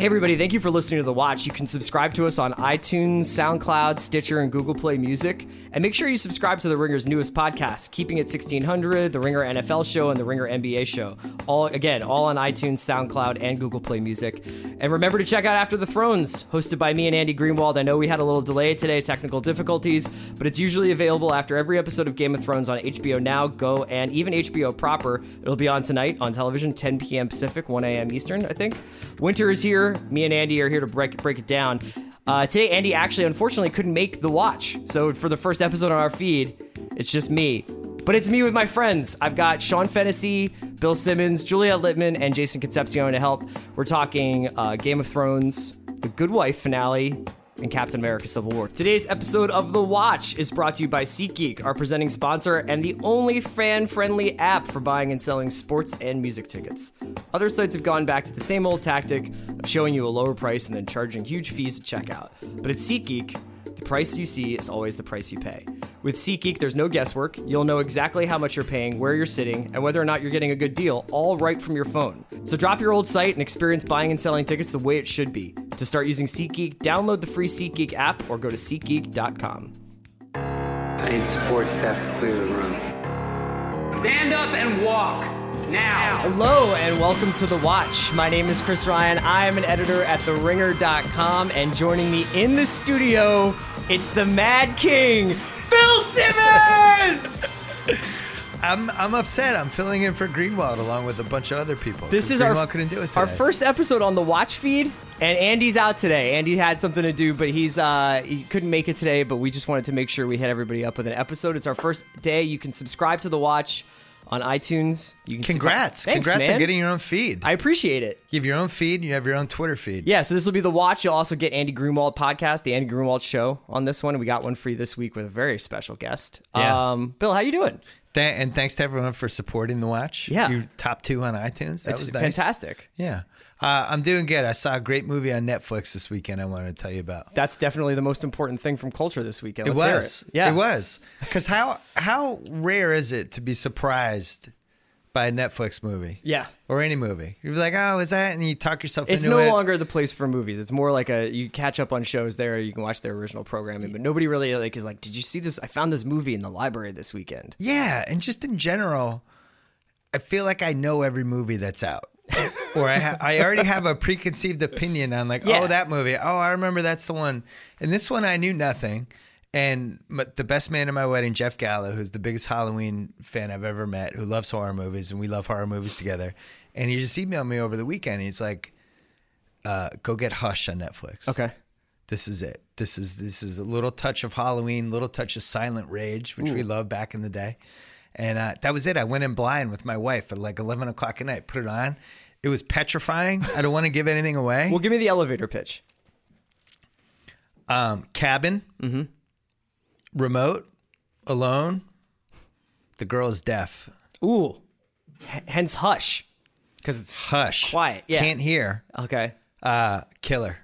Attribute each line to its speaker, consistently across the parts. Speaker 1: Hey, everybody, thank you for listening to The Watch. You can subscribe to us on iTunes, SoundCloud, Stitcher, and Google Play Music. And make sure you subscribe to The Ringer's newest podcast, Keeping It 1600, The Ringer NFL Show, and The Ringer NBA Show. All Again, all on iTunes, SoundCloud, and Google Play Music. And remember to check out After the Thrones, hosted by me and Andy Greenwald. I know we had a little delay today, technical difficulties, but it's usually available after every episode of Game of Thrones on HBO Now, Go, and even HBO proper. It'll be on tonight on television, 10 p.m. Pacific, 1 a.m. Eastern, I think. Winter is here. Me and Andy are here to break break it down. Uh, today, Andy actually, unfortunately, couldn't make the watch. So for the first episode on our feed, it's just me. But it's me with my friends. I've got Sean Fennessy, Bill Simmons, Juliette Littman, and Jason Concepcion to help. We're talking uh, Game of Thrones, The Good Wife finale, and Captain America Civil War. Today's episode of The Watch is brought to you by SeatGeek, our presenting sponsor and the only fan friendly app for buying and selling sports and music tickets. Other sites have gone back to the same old tactic of showing you a lower price and then charging huge fees at checkout. But at SeatGeek, the price you see is always the price you pay. With SeatGeek, there's no guesswork. You'll know exactly how much you're paying, where you're sitting, and whether or not you're getting a good deal, all right from your phone. So drop your old site and experience buying and selling tickets the way it should be. To start using SeatGeek, download the free SeatGeek app or go to SeatGeek.com.
Speaker 2: I need support staff to clear the room.
Speaker 3: Stand up and walk now.
Speaker 1: Hello and welcome to The Watch. My name is Chris Ryan. I am an editor at TheRinger.com, and joining me in the studio, it's the Mad King, Phil Simmons!
Speaker 4: I'm I'm upset. I'm filling in for Greenwald along with a bunch of other people.
Speaker 1: This
Speaker 4: 'cause
Speaker 1: is
Speaker 4: Greenwald
Speaker 1: our,
Speaker 4: couldn't do it.
Speaker 1: our
Speaker 4: today.
Speaker 1: first episode on the watch feed, and Andy's out today. Andy had something to do, but he's uh, he couldn't make it today. But we just wanted to make sure we had everybody up with an episode. It's our first day. You can subscribe to the watch on iTunes. You can
Speaker 4: Congrats!
Speaker 1: subscribe- Thanks,
Speaker 4: Congrats
Speaker 1: man.
Speaker 4: on getting your own feed.
Speaker 1: I appreciate it.
Speaker 4: you have your own feed. and You have your own Twitter feed.
Speaker 1: Yeah, so this will be the watch. You'll also get Andy Grunwald podcast, the Andy Grunwald show on this one. We got one free this week with a very special guest.
Speaker 4: Yeah.
Speaker 1: Um, Bill, how you doing?
Speaker 4: Tha- and thanks to everyone for supporting the watch.
Speaker 1: Yeah.
Speaker 4: you top two on iTunes. That
Speaker 1: It's
Speaker 4: was nice.
Speaker 1: fantastic.
Speaker 4: Yeah, uh, I'm doing good. I saw a great movie on Netflix this weekend. I wanted to tell you about.
Speaker 1: That's definitely the most important thing from culture this weekend.
Speaker 4: it
Speaker 1: Let's hear
Speaker 4: was.
Speaker 1: Yeah.
Speaker 4: it was. Because how how rare is it to be surprised by a Netflix movie?
Speaker 1: Yeah.
Speaker 4: or any movie. You're like, oh, is that? And you talk yourself
Speaker 1: It's
Speaker 4: into
Speaker 1: no
Speaker 4: it.
Speaker 1: longer the place for movies. It's more like a you catch up on shows there. You can watch their original programming, but nobody really like is like, did you see this? I found this movie in the library this weekend.
Speaker 4: Yeah, and just in general, I feel like I know every movie that's out. or I, ha- I already have a preconceived opinion on like,
Speaker 1: Yeah.
Speaker 4: oh, that movie. Oh, I remember that's the one. And this one, I knew nothing. And m- the best man at my wedding, Jeff Gallo, who's the biggest Halloween fan I've ever met, who loves horror movies, and we love horror movies together. And he just emailed me over the weekend. He's like, uh, "Go get Hush on Netflix."
Speaker 1: Okay.
Speaker 4: this is it. This is this is a little touch of Halloween, little touch of Silent Rage, which we loved back in the day. And uh, that was it. I went in blind with my wife at like eleven o'clock at night. Put it on. It was petrifying. I don't want to give anything away.
Speaker 1: Well, give me the elevator pitch.
Speaker 4: Um, cabin,
Speaker 1: Mm-hmm.
Speaker 4: remote, alone. The girl is deaf.
Speaker 1: Ooh. H- hence hush, because it's
Speaker 4: Hush.
Speaker 1: Quiet, yeah.
Speaker 4: Can't hear.
Speaker 1: okay.
Speaker 4: Uh, killer.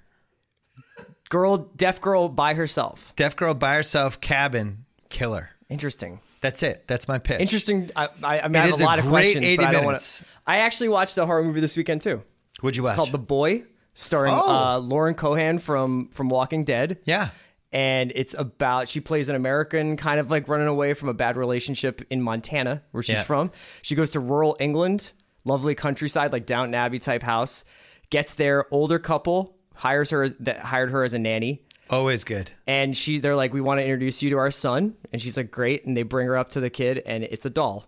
Speaker 1: Girl, deaf girl by herself.
Speaker 4: Deaf girl by herself. Cabin. Killer.
Speaker 1: Interesting.
Speaker 4: That's it. That's my pitch.
Speaker 1: Interesting. I, I, I mean, I
Speaker 4: It
Speaker 1: have
Speaker 4: is
Speaker 1: a
Speaker 4: a
Speaker 1: lot of
Speaker 4: great
Speaker 1: questions,
Speaker 4: 80
Speaker 1: but I don't want
Speaker 4: minutes.
Speaker 1: to. I actually watched a horror movie this weekend too.
Speaker 4: What'd you
Speaker 1: It's
Speaker 4: watch?
Speaker 1: called The Boy, starring
Speaker 4: Oh.
Speaker 1: uh, Lauren Cohan from from Walking Dead.
Speaker 4: yeah.
Speaker 1: and it's about she plays an American kind of like running away from a bad relationship in Montana, where she's
Speaker 4: Yeah.
Speaker 1: from. She goes to rural England, lovely countryside, like Downton Abbey type house. Gets there, older couple hires her as, that hired her as a nanny,
Speaker 4: Always good.
Speaker 1: and she they're like, we want to introduce you to our son, and she's like, great, and they bring her up to the kid, and it's a doll,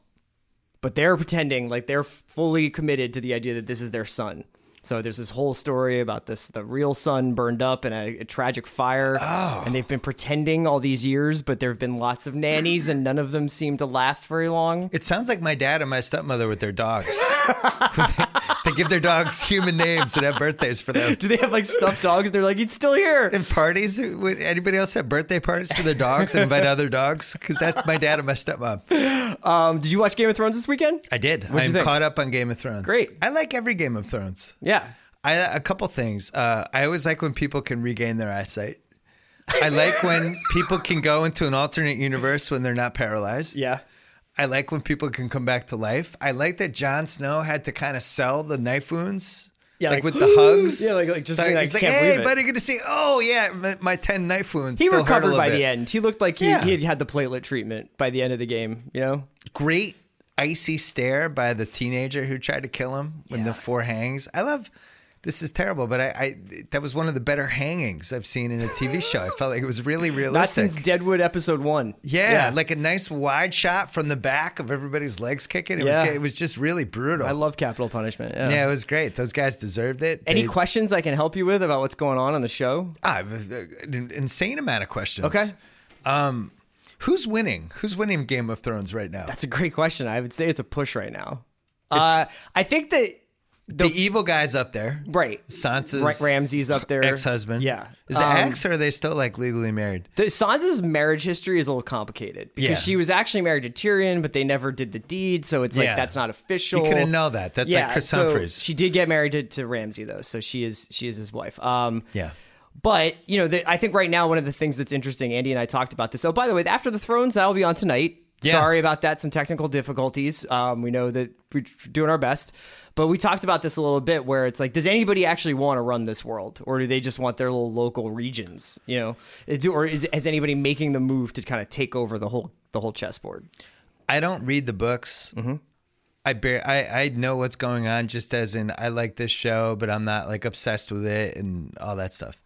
Speaker 1: but they're pretending like they're fully committed to the idea that this is their son. So there's this whole story about this the real son burned up in a, a tragic fire, and they've been pretending all these years, but there have been lots of nannies, and none of them seem to last very long.
Speaker 4: It sounds like my dad and my stepmother with their dogs. they, they give their dogs human names and have birthdays for them.
Speaker 1: Do they have like stuffed dogs? They're like, it's still here.
Speaker 4: And parties? Would anybody else have birthday parties for their dogs and invite other dogs? Because that's my dad and my stepmom.
Speaker 1: Um, did you watch Game of Thrones this weekend?
Speaker 4: I did.
Speaker 1: you
Speaker 4: I'm
Speaker 1: think?
Speaker 4: caught up on Game of Thrones.
Speaker 1: Great.
Speaker 4: I like every Game of Thrones.
Speaker 1: Yeah.
Speaker 4: I a couple things. Uh, I always like when people can regain their eyesight. I like when people can go into an alternate universe when they're not paralyzed.
Speaker 1: Yeah.
Speaker 4: I like when people can come back to life. I like that Jon Snow had to kind of sell the knife wounds
Speaker 1: Yeah,
Speaker 4: like,
Speaker 1: like,
Speaker 4: with the hugs.
Speaker 1: Yeah, like- like, just
Speaker 4: So
Speaker 1: being like,
Speaker 4: he's like,
Speaker 1: "Can't
Speaker 4: hey,
Speaker 1: believe it."
Speaker 4: buddy, good to see. you. Oh yeah, my, my ten knife wounds.
Speaker 1: He
Speaker 4: still hurt a
Speaker 1: recovered
Speaker 4: little
Speaker 1: by
Speaker 4: bit.
Speaker 1: the end. He looked like he,
Speaker 4: Yeah.
Speaker 1: he had had the platelet treatment by the end of the game. You know,
Speaker 4: Great icy stare by the teenager who tried to kill him with
Speaker 1: Yeah.
Speaker 4: the four hangs. I love. This is terrible, but I, I that was one of the better hangings I've seen in a TV show. I felt like it was really
Speaker 1: not
Speaker 4: realistic.
Speaker 1: since Deadwood episode one.
Speaker 4: Yeah, like a nice wide shot from the back of everybody's legs kicking. It
Speaker 1: Yeah.
Speaker 4: was it was just really brutal.
Speaker 1: I love capital punishment. Yeah.
Speaker 4: yeah, it was great. Those guys deserved it.
Speaker 1: Any
Speaker 4: They-
Speaker 1: questions I can help you with about what's going on on the show?
Speaker 4: I have an insane amount of questions.
Speaker 1: Okay.
Speaker 4: Um, who's winning? Who's winning Game of Thrones right now?
Speaker 1: That's a great question. I would say it's a push right now. Uh, I think that
Speaker 4: the, evil guy's up there.
Speaker 1: right.
Speaker 4: Sansa's
Speaker 1: Ra- Ramsey's up there.
Speaker 4: ex-husband.
Speaker 1: Yeah.
Speaker 4: Is it
Speaker 1: Um,
Speaker 4: ex or are they still like legally married?
Speaker 1: The Sansa's marriage history is a little complicated because
Speaker 4: Yeah.
Speaker 1: she was actually married to Tyrion, but they never did the deed, so it's like
Speaker 4: Yeah.
Speaker 1: that's not official.
Speaker 4: You couldn't know that. That's
Speaker 1: yeah,
Speaker 4: like Chris
Speaker 1: so
Speaker 4: Humphries.
Speaker 1: She did get married to, to Ramsey though, so she is she is his wife. Um,
Speaker 4: yeah.
Speaker 1: But you know, the, I think right now one of the things that's interesting, Andy and I talked about this. Oh, by the way, after the Thrones, that'll be on tonight.
Speaker 4: Yeah.
Speaker 1: Sorry about that. Some technical difficulties. Um, we know that we're doing our best, but we talked about this a little bit. Where it's like, does anybody actually want to run this world, or do they just want their little local regions? You know, It- or is is anybody making the move to kind of take over the whole the whole chessboard?
Speaker 4: I don't read the books.
Speaker 1: Mm-hmm.
Speaker 4: I, bar- I I know what's going on, just as in I like this show, but I'm not like obsessed with it and all that stuff.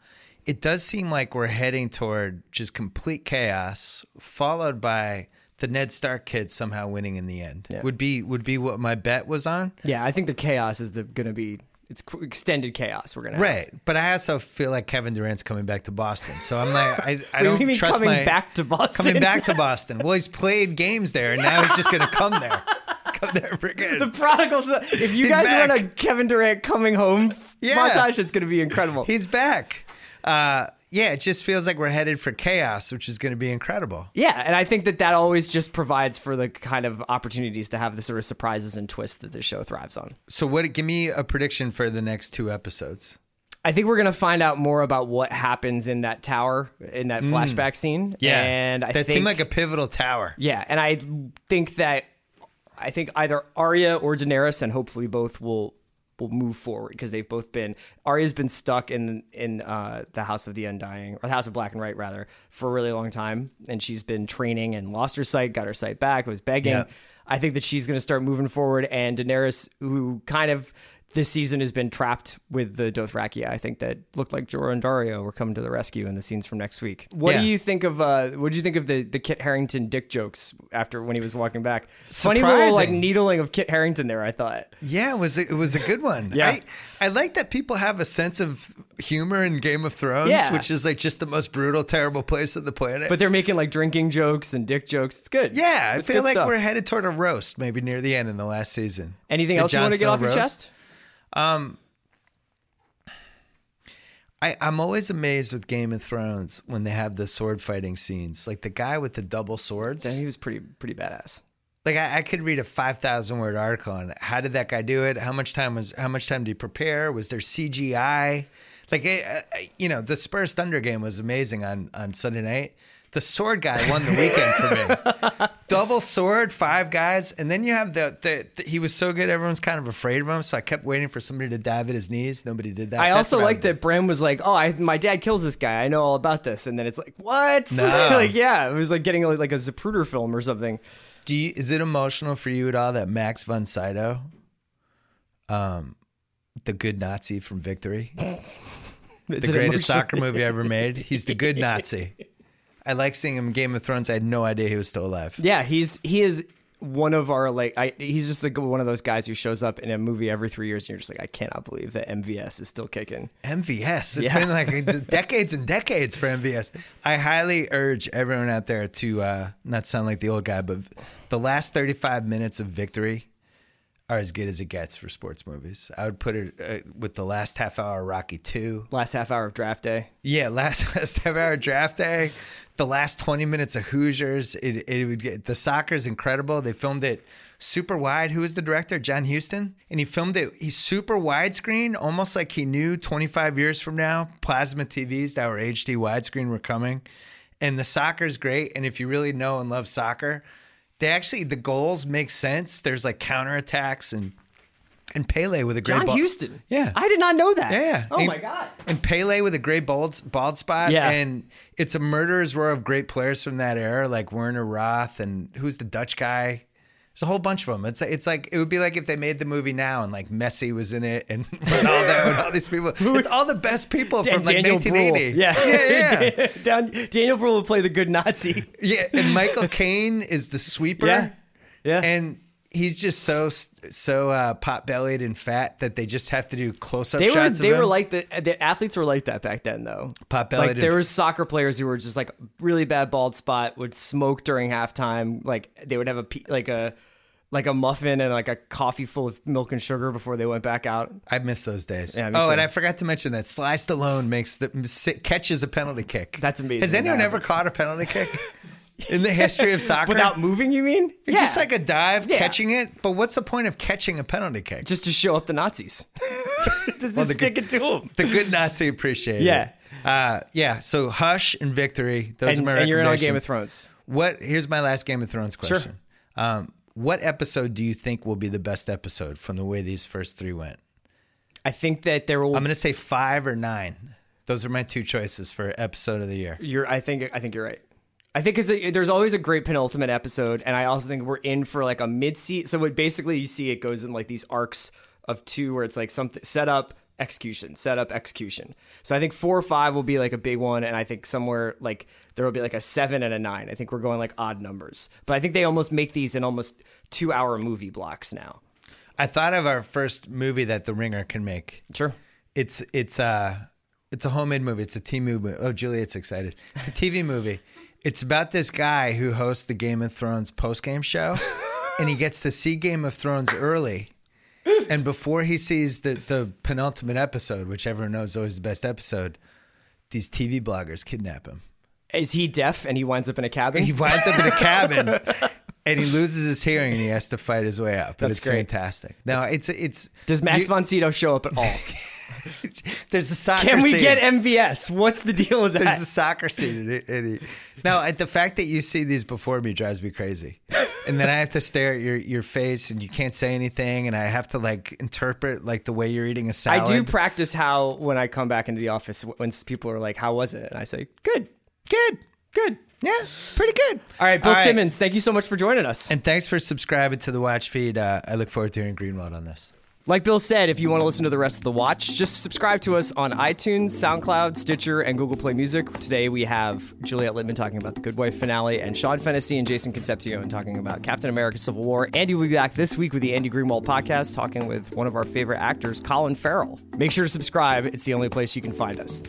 Speaker 4: It does seem like we're heading toward just complete chaos, followed by the Ned Stark kids somehow winning in the end. Would be would be what my bet was on.
Speaker 1: Yeah, I think the chaos is the going to be it's qu- extended chaos. We're gonna have.
Speaker 4: Right, but I also feel like Kevin Durant's coming back to Boston, so I'm like, I, I
Speaker 1: What do
Speaker 4: don't
Speaker 1: you mean
Speaker 4: trust
Speaker 1: coming
Speaker 4: my
Speaker 1: back to Boston?
Speaker 4: coming back to Boston. Well, he's played games there, and now he's just going to come there, come there for good.
Speaker 1: The prodigal son. If you
Speaker 4: He's
Speaker 1: guys want a
Speaker 4: back.
Speaker 1: Kevin Durant coming home
Speaker 4: Yeah.
Speaker 1: montage, it's going to be incredible.
Speaker 4: He's back. Uh, yeah, it just feels like we're headed for chaos, which is going to be incredible.
Speaker 1: yeah, and I think that that always just provides for the kind of opportunities to have the sort of surprises and twists that this show thrives on.
Speaker 4: So, what? Give me a prediction for the next two episodes.
Speaker 1: I think we're going to find out more about what happens in that tower in that flashback scene. and I
Speaker 4: Mm. that
Speaker 1: think
Speaker 4: seemed like a pivotal tower.
Speaker 1: yeah, and I think that I think either Arya or Daenerys, and hopefully both will will move forward because they've both been Arya's been stuck in in uh, the House of the Undying or the House of Black and White rather for a really long time, and she's been training and lost her sight, got her sight back, was begging.
Speaker 4: Yeah.
Speaker 1: I think that she's going to start moving forward, and Daenerys, who kind of this season has been trapped with the Dothraki, I think that looked like Jorah and Dario were coming to the rescue in the scenes from next week. What
Speaker 4: Yeah.
Speaker 1: do you think of? Uh, what did you think of the the Kit Harrington dick jokes after when he was walking back? Funny little like
Speaker 4: Surprising.
Speaker 1: needling of Kit Harrington there. I thought.
Speaker 4: Yeah, it was a, it was a good one.
Speaker 1: Yeah.
Speaker 4: I, I like that people have a sense of humor in Game of Thrones,
Speaker 1: Yeah.
Speaker 4: which is like just the most brutal, terrible place on the planet.
Speaker 1: But they're making like drinking jokes and dick jokes. It's good.
Speaker 4: yeah, I
Speaker 1: it's
Speaker 4: feel
Speaker 1: good
Speaker 4: like
Speaker 1: stuff.
Speaker 4: we're headed toward a roast, maybe near the end in the last season.
Speaker 1: Anything
Speaker 4: The
Speaker 1: else you
Speaker 4: Jon
Speaker 1: want to get
Speaker 4: Snow
Speaker 1: off your
Speaker 4: roast?
Speaker 1: chest?
Speaker 4: I, I'm always amazed with Game of Thrones when they have the sword fighting scenes, like the guy with the double swords.
Speaker 1: Then he was pretty pretty badass.
Speaker 4: like I, I could read a five thousand word article on it. how did that guy do it? How much time was? How much time did he prepare? Was there CGI? Like eh, eh, you know, the Spurs Thunder game was amazing on on Sunday night. The sword guy won the weekend for me. Double sword, five guys, and then you have the, the, the- he was so good, everyone's kind of afraid of him. So I kept waiting for somebody to dive at his knees. Nobody did that.
Speaker 1: I
Speaker 4: That's
Speaker 1: also
Speaker 4: what
Speaker 1: like
Speaker 4: would do.
Speaker 1: that Bram was like, "Oh, I, my dad kills this guy. I know all about this." And then it's like, "What?"
Speaker 4: No.
Speaker 1: like, yeah, it was like getting like a Zapruder film or something.
Speaker 4: Do you, is it emotional for you at all that Max von Sydow, um, the good Nazi from Victory?
Speaker 1: It's an
Speaker 4: the greatest
Speaker 1: emotion-
Speaker 4: soccer movie ever made. He's the good Nazi. I like seeing him in Game of Thrones. I had no idea he was still alive.
Speaker 1: Yeah, he's he is one of our like I, he's just like one of those guys who shows up in a movie every three years, and you're just like, I cannot believe that MVS is still kicking.
Speaker 4: MVS. It's
Speaker 1: Yeah.
Speaker 4: been like decades and decades for MVS. I highly urge everyone out there to uh, not sound like the old guy, but the last 35 minutes of Victory are as good as it gets for sports movies. I would put it uh, with the last half hour of Rocky 2.
Speaker 1: Last half hour of draft day.
Speaker 4: Yeah, last last half hour draft day, the last twenty minutes of Hoosiers. It it would get the soccer's incredible. They filmed it super wide. Who is the director? John Huston, and he filmed it. He's super widescreen, almost like he knew twenty five years from now, plasma TVs that were HD widescreen were coming, and the soccer's great. And if you really know and love soccer, they actually the goals make sense. There's like counterattacks and and Pele with a gray
Speaker 1: John
Speaker 4: bald.
Speaker 1: Houston.
Speaker 4: Yeah.
Speaker 1: I did not know that.
Speaker 4: Yeah, yeah.
Speaker 1: Oh
Speaker 4: And-
Speaker 1: my god.
Speaker 4: And Pele with a gray bald bald spot.
Speaker 1: Yeah.
Speaker 4: And it's a murderer's row of great players from that era, like Werner Roth and who's the Dutch guy. There's a whole bunch of them. It's it's like it would be like if they made the movie now and like Messi was in it and Ronaldo and all these people. It's all the best people from
Speaker 1: And
Speaker 4: like
Speaker 1: Daniel Bruhl.
Speaker 4: 1980.
Speaker 1: Yeah.
Speaker 4: yeah, yeah.
Speaker 1: Dan- Dan- Daniel Bruhl would play the good Nazi.
Speaker 4: Yeah, and Michael Caine is the sweeper.
Speaker 1: Yeah. Yeah.
Speaker 4: and he's just so so uh, pot bellied and fat that they just have to do close up
Speaker 1: They were
Speaker 4: shots.
Speaker 1: they
Speaker 4: of him.
Speaker 1: were like the, the athletes were like that back then though.
Speaker 4: Pot-bellied
Speaker 1: Like
Speaker 4: and-
Speaker 1: there was soccer players who were just like really bad bald spot would smoke during halftime. Like they would have a pe- like a like a muffin and like a coffee full of milk and sugar before they went back out.
Speaker 4: I miss those days.
Speaker 1: Yeah, me
Speaker 4: oh,
Speaker 1: too.
Speaker 4: and I forgot to mention that Sly Stallone makes the si- catches a penalty kick.
Speaker 1: That's amazing
Speaker 4: Has
Speaker 1: that
Speaker 4: anyone ever
Speaker 1: happens.
Speaker 4: caught a penalty kick in the history of soccer?
Speaker 1: Without moving, you mean?
Speaker 4: it's just like a dive,
Speaker 1: Yeah.
Speaker 4: catching it. But what's the point of catching a penalty kick?
Speaker 1: just to show up the Nazis. just
Speaker 4: Well,
Speaker 1: to
Speaker 4: the
Speaker 1: stick it to them.
Speaker 4: the good Nazi appreciate
Speaker 1: Yeah.
Speaker 4: it. Uh, yeah. So Hush and Victory. Those
Speaker 1: And,
Speaker 4: are my
Speaker 1: and you're in on Game of
Speaker 4: recommendations.
Speaker 1: Thrones.
Speaker 4: What? Here's my last Game of Thrones question. Um, what episode do you think will be the best episode from the way these first three went?
Speaker 1: I think that there will.
Speaker 4: I'm gonna say five or nine. Those are my two choices for episode of the year.
Speaker 1: you're. I think. I think you're right. I think because there's always a great penultimate episode, and I also think we're in for like a mid season. So what basically you see it goes in like these arcs of two, where it's like something set up, execution, set up, execution. So I think four or five will be like a big one, and I think somewhere like there will be like a seven and a nine. I think we're going like odd numbers, but I think they almost make these in almost two hour movie blocks now.
Speaker 4: I thought of our first movie that The Ringer can make.
Speaker 1: Sure.
Speaker 4: It's it's uh it's a homemade movie. It's a TV movie. Oh, Juliet's excited. It's a TV movie. It's about this guy who hosts the Game of Thrones post-game show, and he gets to see Game of Thrones early. And before he sees the, the penultimate episode, which everyone knows is always the best episode, these TV bloggers kidnap him.
Speaker 1: Is he deaf and he winds up in a cabin?
Speaker 4: He winds up in a cabin and he loses his hearing and he has to fight his way up. And
Speaker 1: That's
Speaker 4: it's
Speaker 1: great.
Speaker 4: fantastic. Now it's it's
Speaker 1: Does Max
Speaker 4: you-
Speaker 1: von Sydow show up at all?
Speaker 4: There's a soccer.
Speaker 1: Can we
Speaker 4: scene.
Speaker 1: get MVS? What's the deal with
Speaker 4: There's a
Speaker 1: that?
Speaker 4: soccer scene. In it, in it. Now, at the fact that you see these before me drives me crazy, and then I have to stare at your your face, and you can't say anything, and I have to like interpret like the way you're eating a
Speaker 1: I
Speaker 4: salad.
Speaker 1: do practice how when I come back into the office w- when s- people are like, "How was it?" and I say, "Good,
Speaker 4: good.
Speaker 1: good."
Speaker 4: Yeah, pretty good.
Speaker 1: All right, Bill Simmons, thank you so much for joining us.
Speaker 4: and thanks for subscribing to the watch feed. Uh, I look forward to hearing Greenwald on this.
Speaker 1: Like Bill said, if you want to listen to the rest of The Watch, just subscribe to us on iTunes, SoundCloud, Stitcher, and Google Play Music. Today we have Juliette Littman talking about the Good Wife finale and Sean Fennessy and Jason Concepcion talking about Captain America Civil War. Andy will be back this week with the Andy Greenwald podcast talking with one of our favorite actors, Colin Farrell. Make sure to subscribe. It's the only place you can find us.